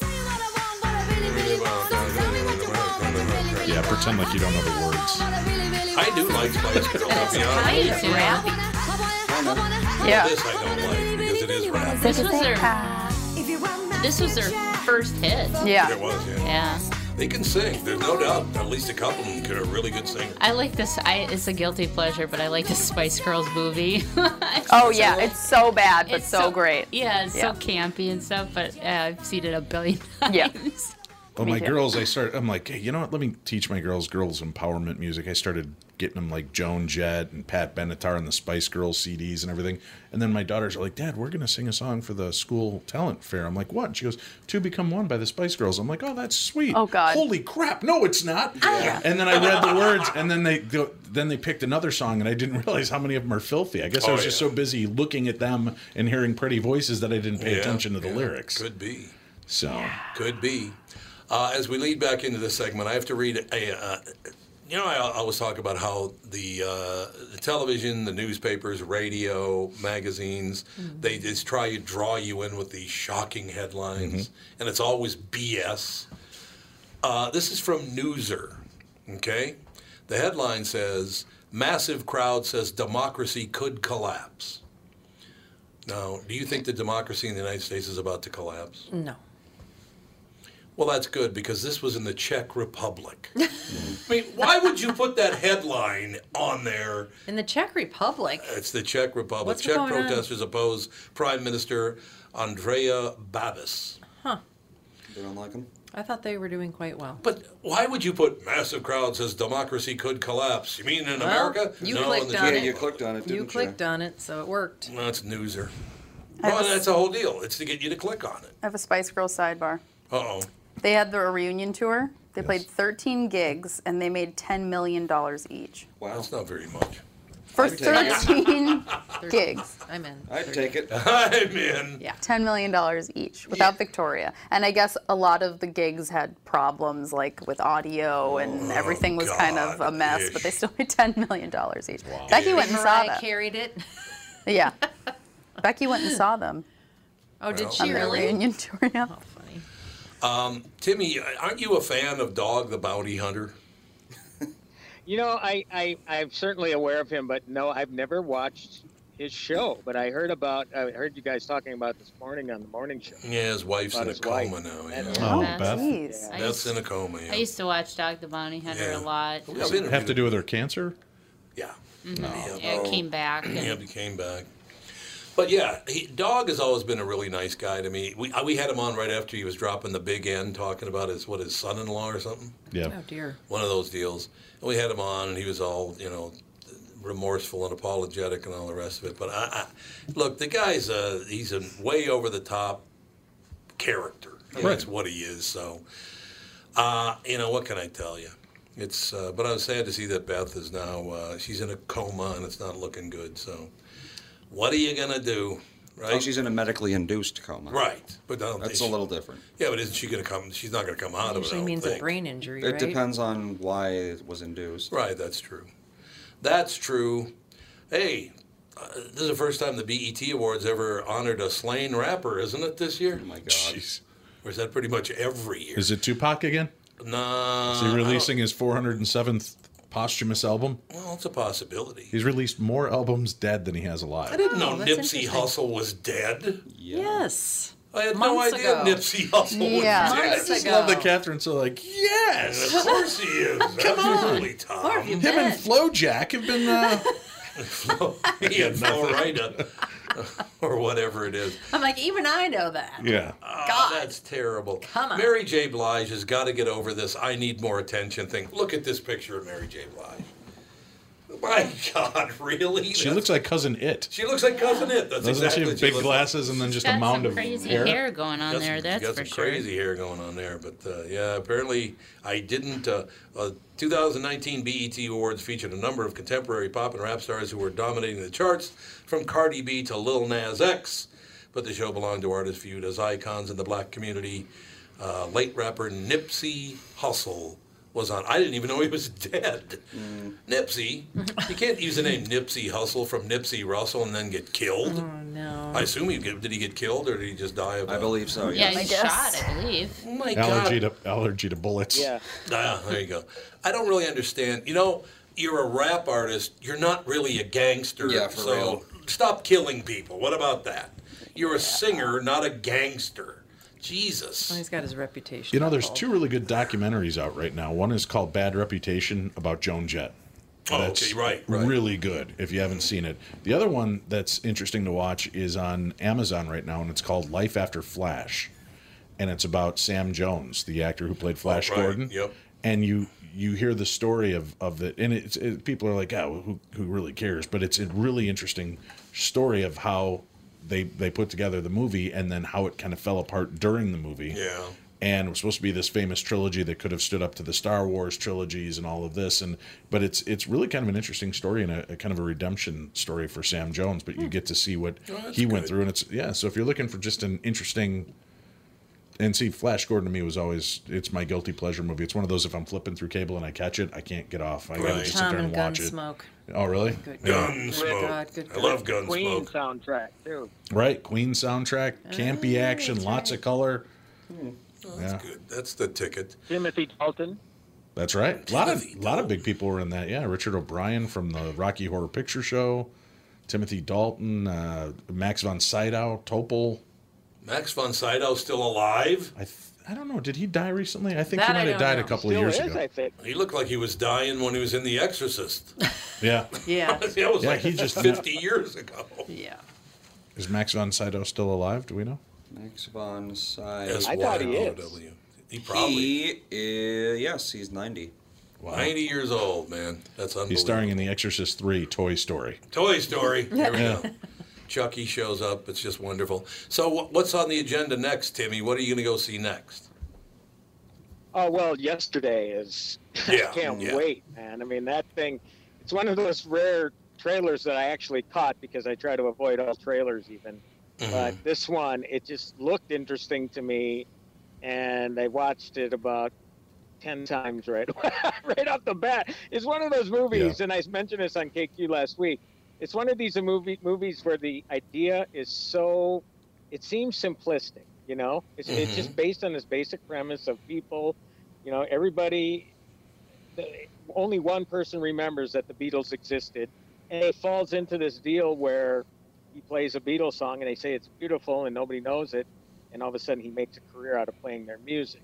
Yeah, pretend like you don't know the words. I do like Spice Girls, I'll be honest. I do too. Yeah. This I don't like because it is rap. This was their this was their first hit. It was, yeah. Yeah. They can sing, there's no doubt. At least a couple of them could are really good singers. I like this. I it's a guilty pleasure, but I like the Spice Girls movie. Oh yeah, it's so bad but so, great. Yeah, it's so campy and stuff, but uh, I've seen it a billion times. Oh, Well, Me my too. girls, I started. I'm like, hey, you know what? Let me teach my girls girls empowerment music. I started getting them like Joan Jett and Pat Benatar and the Spice Girls CDs and everything. And then my daughters are like, Dad, we're gonna sing a song for the school talent fair. I'm like, what? And she goes, Two Become One by the Spice Girls. I'm like, oh, that's sweet. Oh, God. Holy crap! No, it's not. And then I read the words, and then they go, then they picked another song, and I didn't realize how many of them are filthy. I guess I Oh, was just so busy looking at them and hearing pretty voices that I didn't pay Yeah, attention to the yeah, lyrics. Could be. So. Could be. Uh, as we lead back into this segment, I have to read a. Uh, you know, I I always talk about how the, uh, the television, the newspapers, radio, magazines, they just try to draw you in with these shocking headlines, and it's always BS. Uh, this is from Newser, okay? The headline says Massive crowd says democracy could collapse. Now, do you think the democracy in the United States is about to collapse? No. Well, that's good because this was in the Czech Republic. I mean, why would you put that headline on there? In the Czech Republic, It's the Czech Republic. What's Czech going on? protesters oppose Prime Minister Andrea Babis. huh? They don't like them. I thought they were doing quite well. But why would you put massive crowds as democracy could collapse? You mean in Well, America? you no, in clicked the on Czech it. Yeah, you Republic. Clicked on it, didn't you clicked on it, so it worked. No, it's newser. Well, that's the whole deal. It's to get you to click on it. I have a Spice Girls sidebar. Uh oh. They had their reunion tour. They played 13 gigs and they made 10 million dollars each. Wow. That's not very much. for I'd take it. 13 gigs. I'm in. I'd take it. I'm in. Yeah. $10 million each without Victoria. And I guess a lot of the gigs had problems like with audio Oh, and everything was kind of a mess, but they still made $10 million each. Becky went and saw Mariah them. carried it. Yeah. Becky went and saw them. Oh, did Well, she on their really? Oh. reunion tour. Yeah. Um, Timmy, aren't you a fan of Dog the Bounty Hunter? You know, I, I I'm certainly aware of him, but no, I've never watched his show. But I heard about I heard you guys talking about this morning on the morning show. Yeah, his wife's About in a his wife. coma now. Yeah. Oh, Beth. Beth. Jeez. I Beth's used- in a coma. I Yeah. used to watch Dog the Bounty Hunter Yeah. a lot. Well, Does I've it have to interviewed do with her cancer? Yeah. Mhm. No. Yeah, it came back. and- yeah, he came back. But yeah, he, Dog has always been a really nice guy to me. We I- we had him on right after he was dropping the big end, talking about his what his son-in-law or something. Yeah. Oh dear. One of those deals. And we had him on, and he was all you know remorseful and apologetic and all the rest of it. But I, I look, the guy's a he's a way over the top character. I mean, That's what he is. So, uh, you know, what can I tell you? It's uh, but I'm sad to see that Beth is now uh, she's in a coma and it's not looking good. So, what are you gonna do, right? Oh, she's in a medically induced coma. right, but I don't think That's a she- little different. Yeah, but isn't she gonna come? She's not gonna come out of it. I Usually don't means a think. brain injury, It right? depends on why it was induced. Right, that's true. That's true. Hey, uh, this is the first time the BET Awards ever honored a slain rapper, isn't it, this year? Oh my God. Jeez. Or is that pretty much every year? Is it Tupac again? Nah. Is he releasing his 407th posthumous album? I don't- Well, it's a possibility. He's released more albums dead than he has alive. I didn't know Oh, that's Nipsey interesting. Hussle was dead. Yes. I had Months no idea ago. Nipsey Hussle Yeah. was dead. I Months just ago. love that Catherine's so like, And yes! of course he is. Come on, Tom. Where have you Him and been? Flowjack have been, uh, Oh, he had Florida or whatever it is. I'm like, even I know that. yeah. Ah, God. that's terrible. Come on. Mary J. Blige has got to get over this I need more attention thing. Look at this picture of Mary J. Blige. My God, really? She looks like Cousin It. She looks like Cousin It. That's Doesn't exactly she what have big looks glasses and then just a Got mound some of crazy hair? going on Like. Got there. some- That's got for some sure. crazy hair going on there, but uh, yeah, apparently I didn't. Uh, uh, 2019 BET E Awards featured a number of contemporary pop and rap stars who were dominating the charts, from Cardi B to Lil Nas X. But the show belonged to artists viewed as icons in the black community. Uh, late rapper Nipsey Hussle was on. I didn't even know he was dead. Mm. Nipsey, you can't use the name Nipsey Hussle from Nipsey Russell and then get killed. Oh no. I assume he get, did he get killed or did he just die of? I a- believe so. Yeah, Yes. he guess. shot, I believe. Oh my Allergy God. to, allergy to bullets. Yeah. Ah, there you go. I don't really understand. You know, you're a rap artist. You're not really a gangster. Yeah, for so real. stop killing people. What about that? You're a singer, not a gangster. Jesus. Well, he's got his reputation. You know, there's up. two really good documentaries out right now. One is called Bad Reputation about Joan Jett. Oh, okay, right, right. Really good if you haven't seen it. The other one that's interesting to watch is on Amazon right now, and it's called Life After Flash, and it's about Sam Jones, the actor who played Flash Oh, right, Gordon. yep. And you you hear the story of of it, and it's it, people are like, oh, who who really cares? But it's a really interesting story of how they they put together the movie, and then how it kind of fell apart during the movie Yeah. and it was supposed to be this famous trilogy that could have stood up to the Star Wars trilogies and all of this. And but it's it's really kind of an interesting story and a, a kind of a redemption story for Sam Jones. But you get to see what Hmm. Oh, that's he went good. through, and it's yeah. So if you're looking for just an interesting and see, Flash Gordon to me was always it's my guilty pleasure movie. It's one of those if I'm flipping through cable and I catch it, I can't get off. I gotta Right. just sit Tom there and and watch Gunsmoke. it. Oh really? Good. Gunsmoke. God, good I love Queen Gunsmoke. soundtrack too. Right? Queen soundtrack, campy Oh, action, lots of color. Oh, That's good. That's the ticket. Timothy Dalton. That's right. A lot Timothy of lot of big people were in that. Yeah, Richard O'Brien from the Rocky Horror Picture Show, Timothy Dalton, uh, Max von Sydow, Topol. Max von Sydow's still alive. I th- I don't know. Did he die recently? I think That he I might have don't died know. a couple Still of years is, ago. I think. He looked like he was dying when he was in The Exorcist. Yeah, Yeah. that was Yeah, like he just- 50 years ago. yeah. is Max von Sydow still alive? Do we know? Max von Sydow. That's I thought he is. YOW. He probably He is, yes, he's 90. 90 years old, man. That's unbelievable. He's starring in The Exorcist Three, Toy Story. Toy Story. There we go. Chucky shows up. It's just wonderful. So, wh- what's on the agenda next, Timmy? What are you going to go see next? Oh well, yesterday is. Yeah, I can't yeah. wait, man. I mean that thing. It's one of those rare trailers that I actually caught because I try to avoid all trailers even. Mm-hmm. But this one, it just looked interesting to me, and I watched it about ten times right right off the bat. It's one of those movies, and I mentioned this on KQ last week. It's one of these movie movies where the idea is so it seems simplistic, you know. It's, it's Mm-hmm. Mhm. just based on this basic premise of people, you know, everybody. the- Only one person remembers that the Beatles existed, and it falls into this deal where he plays a Beatles song and they say it's beautiful and nobody knows it, and all of a sudden he makes a career out of playing their music.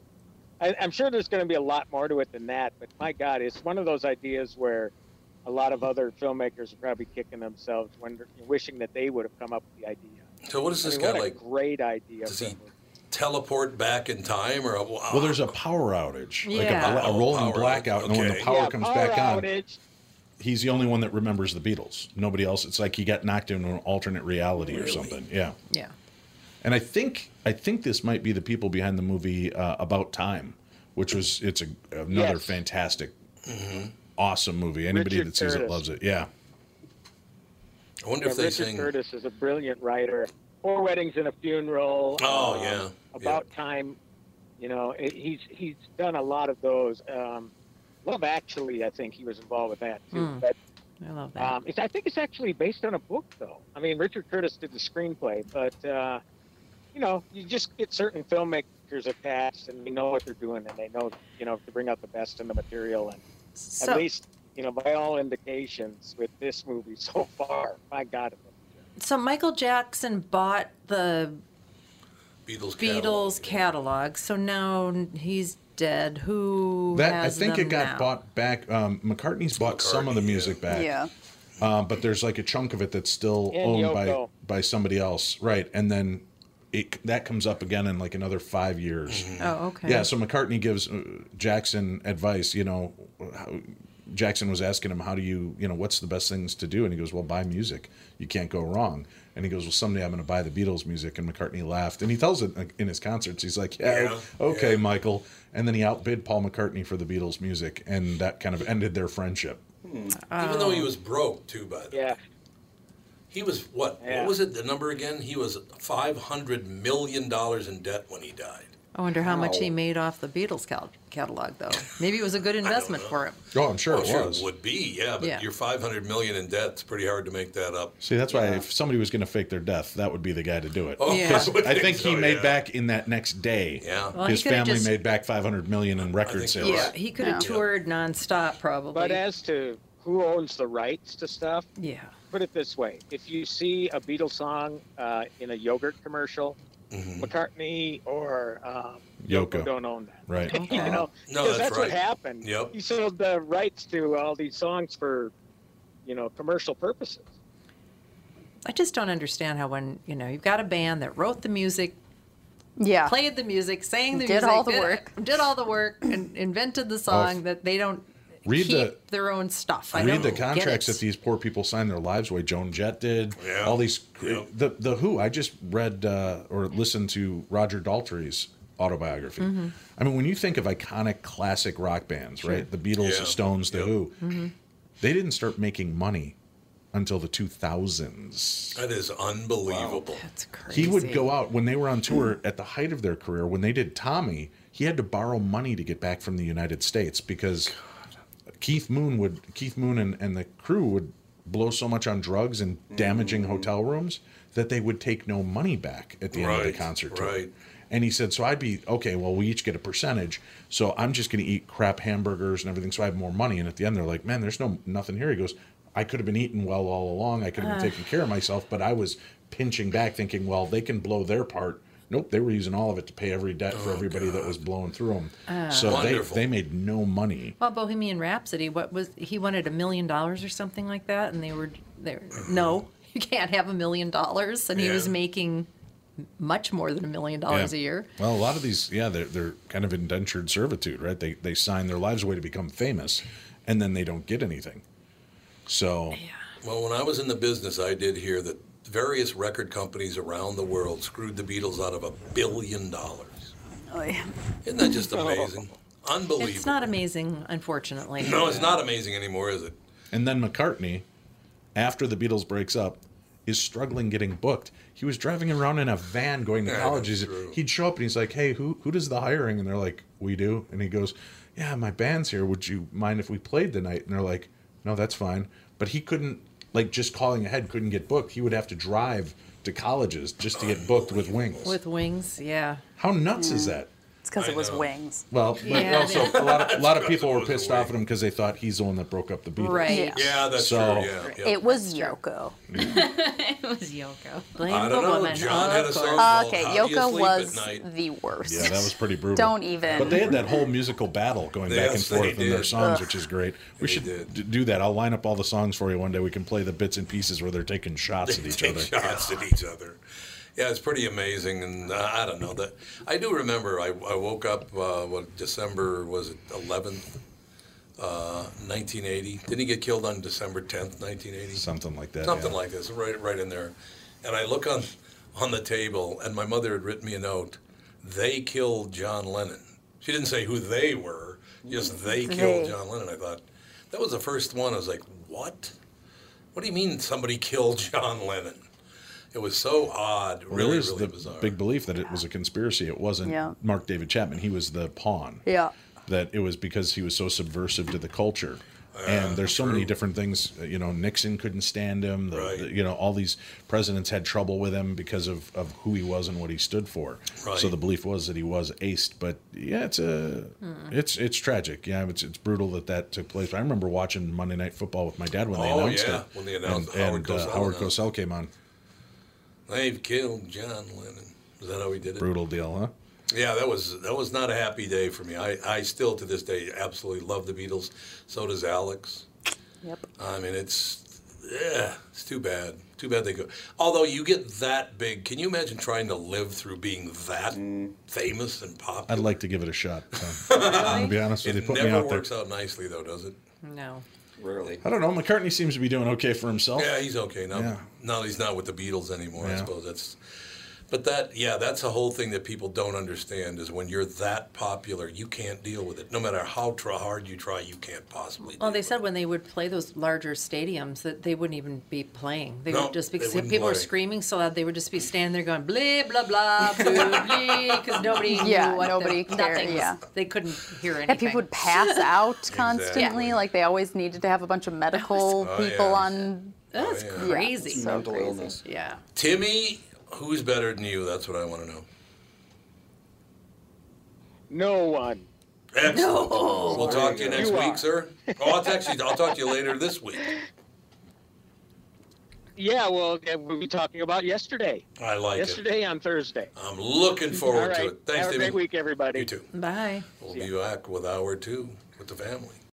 I, I'm sure there's going to be a lot more to it than that, but my God, it's one of those ideas where a lot of other filmmakers are probably kicking themselves, wonder, wishing that they would have come up with the idea. So what is I this mean, guy what a like? Great idea. Does he teleport back in time, or Well, there's a power outage, like Yeah. a, bla- a rolling Power blackout, and when okay. the power Yeah, comes power back on, outage. he's the only one that remembers the Beatles. Nobody else. It's like he got knocked into an alternate reality or Really? something. Yeah. Yeah. And I think I think this might be the people behind the movie uh, About Time, which was it's a, another Yes. Mm-hmm. fantastic, awesome movie. Anybody Richard that sees it Curtis. loves it. Yeah. I wonder Yeah, if they Richard sing. Curtis is a brilliant writer. Four Weddings and a Funeral. Oh, um, yeah, About Time. You know, it, he's he's done a lot of those. Um, Love Actually, I think he was involved with that too. Mm. But I love that. um, it's, I think it's actually based on a book, though. I mean, Richard Curtis did the screenplay, but uh, you know, you just get certain filmmakers attached, and they know what they're doing, and they know you know to bring out the best in the material, and So- at least you know by all indications with this movie so far, my God, it So Michael Jackson bought the Beatles Beatles catalog, so now he's dead. Who That I has think them it got now? bought back. Um, McCartney's bought some of the music back. Yeah. Uh, but there's like a chunk of it that's still And owned Yoko. by by somebody else, right? And then it that comes up again in like another five years. Oh, okay. Yeah. So McCartney gives uh, Jackson advice. You know, how, Jackson was asking him, "How do you, you know, what's the best things to do?" And he goes, "Well, buy music. You can't go wrong." And he goes, "Well, someday I'm going to buy the Beatles music." And McCartney laughed, and he tells it like, in his concerts. He's like, "Yeah, Yeah, okay, Michael." And then he outbid Paul McCartney for the Beatles music, and that kind of ended their friendship. Even though he was broke too, by the yeah. He was what? Yeah. What was it? The number again? He was five hundred million dollars in debt when he died. I wonder how much he Wow. made off the Beatles cal- catalog, though. Maybe it was a good investment for him. Oh, I'm sure I'm it sure was. it would be, yeah. But Yeah. you're five hundred million in debt. It's pretty hard to make that up. See, that's why if somebody was going to fake their death, that would be the guy to do it. Oh, Yeah. 'Cause I would I think think he so, made yeah. back in that next day. Yeah, Well, he his could've family just- made back 500 million in record sales. Yeah, he could have Yeah. toured nonstop, probably. But as to who owns the rights to stuff, yeah, put it this way: if you see a Beatles song uh, in a yogurt commercial, Mm. Mm-hmm. McCartney or um, Yoko. don't own that. Right. you know, No, 'cause that's that's, right. what happened. Yep. He sold the rights to all these songs for, you know, commercial purposes. I just don't understand how when you know you've got a band that wrote the music, Yeah. played the music, sang the Did music, all the work. did all the work, and invented the song that they don't Read keep the their own stuff. I Read don't the get contracts it. that these poor people signed their lives away. Joan Jett did. Yeah. All these. The the Who. I just read uh, or listened to Roger Daltrey's autobiography. Mm-hmm. Mhm. I mean, when you think of iconic classic rock bands, Sure. right? The Beatles, Yeah. the Stones, the Who. Mm-hmm. Mhm. They didn't start making money until the 2000s. That is unbelievable. That's crazy. He would go out when they were on tour Hmm. at the height of their career. When they did Tommy, he had to borrow money to get back from the United States because Keith Moon would Keith Moon and, and the crew would blow so much on drugs and damaging Hmm. hotel rooms that they would take no money back at the end of the Right, concert tour. right. And he said, so I'd be okay. Well, we each get a percentage, so I'm just going to eat crap hamburgers and everything, so I have more money. And at the end, they're like, man, there's no nothing here. He goes, I could have been eating well all along. I could have been Ah. taking care of myself, but I was pinching back, thinking, well, they can blow their part. Nope, they were using all of it to pay every debt for everybody that was blowing through them. Ah. so they, Wonderful. they made no money. Well, Bohemian Rhapsody, what was he wanted a million dollars or something like that, and they were there. No, you can't have a million dollars, and he Yeah. was making much more than a million dollars Yeah. a year. Well, a lot of these, yeah, they're they're kind of indentured servitude, right? They they sign their lives away to become famous, and then they don't get anything. So Well, when I was in the business, I did hear that various record companies around the world screwed the Beatles out of a billion dollars. Oh, yeah. Isn't that just amazing? Unbelievable. It's not amazing, unfortunately. no, it's not amazing anymore, is it? and then McCartney after the Beatles breaks up is struggling getting booked. He was driving around in a van going to Yeah, colleges. that's true. He'd show up and he's like, "Hey, who who does the hiring?" And they're like, "We do." And he goes, "Yeah, my band's here. Would you mind if we played tonight?" And they're like, "No, that's fine." But he couldn't like just calling ahead couldn't get booked. He would have to drive to colleges just to get booked with Wings. With wings, yeah. How nuts is that? It's because I it was know. wings. Well, but Yeah. also a lot of, a lot of people were pissed off at him because they thought he's the one that broke up the Beatles. Right. Yeah. Yeah, that's so, true, yeah. It was Yoko. it was Yoko. I don't know. John had a song called Okay, How Do You Yoko Sleep was at Night? the worst. Yeah, that was pretty brutal. Don't even. But they had that whole musical battle going Yes, back and they forth in their did. songs, Ugh. which is great. We should d- do that. I'll line up all the songs for you one day. We can play the bits and pieces where they're taking shots at They each take other. shots at each other. Yeah, it's pretty amazing, and uh, I don't know that. I do remember. I, I woke up. Uh, what December was it? Eleventh, uh, nineteen eighty. Didn't he get killed on December tenth, nineteen eighty? Something like that. Something yeah. like this, right, right in there. And I look on on the table, and my mother had written me a note. They killed John Lennon. She didn't say who they were. Just they killed They. John Lennon. I thought that was the first one. I was like, what? What do you mean somebody killed John Lennon? It was so odd. Really, Really, is really the bizarre. big belief that it was a conspiracy. It wasn't Yeah. Mark David Chapman. He was the pawn. Yeah. That it was because he was so subversive to the culture. and there's so many different things. uh, You know, Nixon couldn't stand him. The, the- you know, all these presidents had trouble with him because of, of who he was and what he stood for. Right. So the belief was that he was aced. But yeah, it's a Hmm. it's it's tragic. Yeah, it's it's brutal that that took place. I remember watching Monday Night Football with my dad when they Oh, announced yeah, it. when they announced and, Howard and, Cosell uh, Howard announced Cosell came on. They've killed John Lennon. Is that how he did it? Brutal deal, huh? Yeah, that was that was not a happy day for me. I, I still to this day absolutely love the Beatles. So does Alex. Yep. I mean, it's yeah, it's too bad. Too bad they go. Although you get that big, can you imagine trying to live through being that famous and popular? I'd like to give it a shot. So, I'm gonna be honest with you. It Put me never out there. works out nicely, though, does it? No. Rarely. I don't know. McCartney seems to be doing okay for himself. Yeah, he's okay now. Oh. Yeah. Now he's not with the Beatles anymore. I Yeah. suppose that's. But that, yeah, that's a whole thing that people don't understand is when you're that popular, you can't deal with it. No matter how try hard you try, you can't possibly. Well, they said when they would play those larger stadiums that they wouldn't even be playing. They No, would just be they because wouldn't people were play. screaming so loud, they would just be standing there going blah blah blah blah blah because nobody Yeah, knew what nobody the, cared, nothing. was- yeah. they couldn't hear anything. Yeah, people would pass out constantly. Exactly. Like they always needed to have a bunch of medical Oh, yeah. people on. That's yeah. crazy. It's mental crazy. illness. Yeah. Timmy, who's better than you? That's what I want to know. No one. Excellent. No. We'll talk to you You next are. week, sir. Oh, I'll text you. I'll talk to you later this week. Yeah, well, yeah, we'll be talking about yesterday. I like it. yesterday on Thursday. I'm looking forward All to right. it. Thanks, Have a Timmy. great week, everybody. You too. Bye. We'll be back with hour two with the family.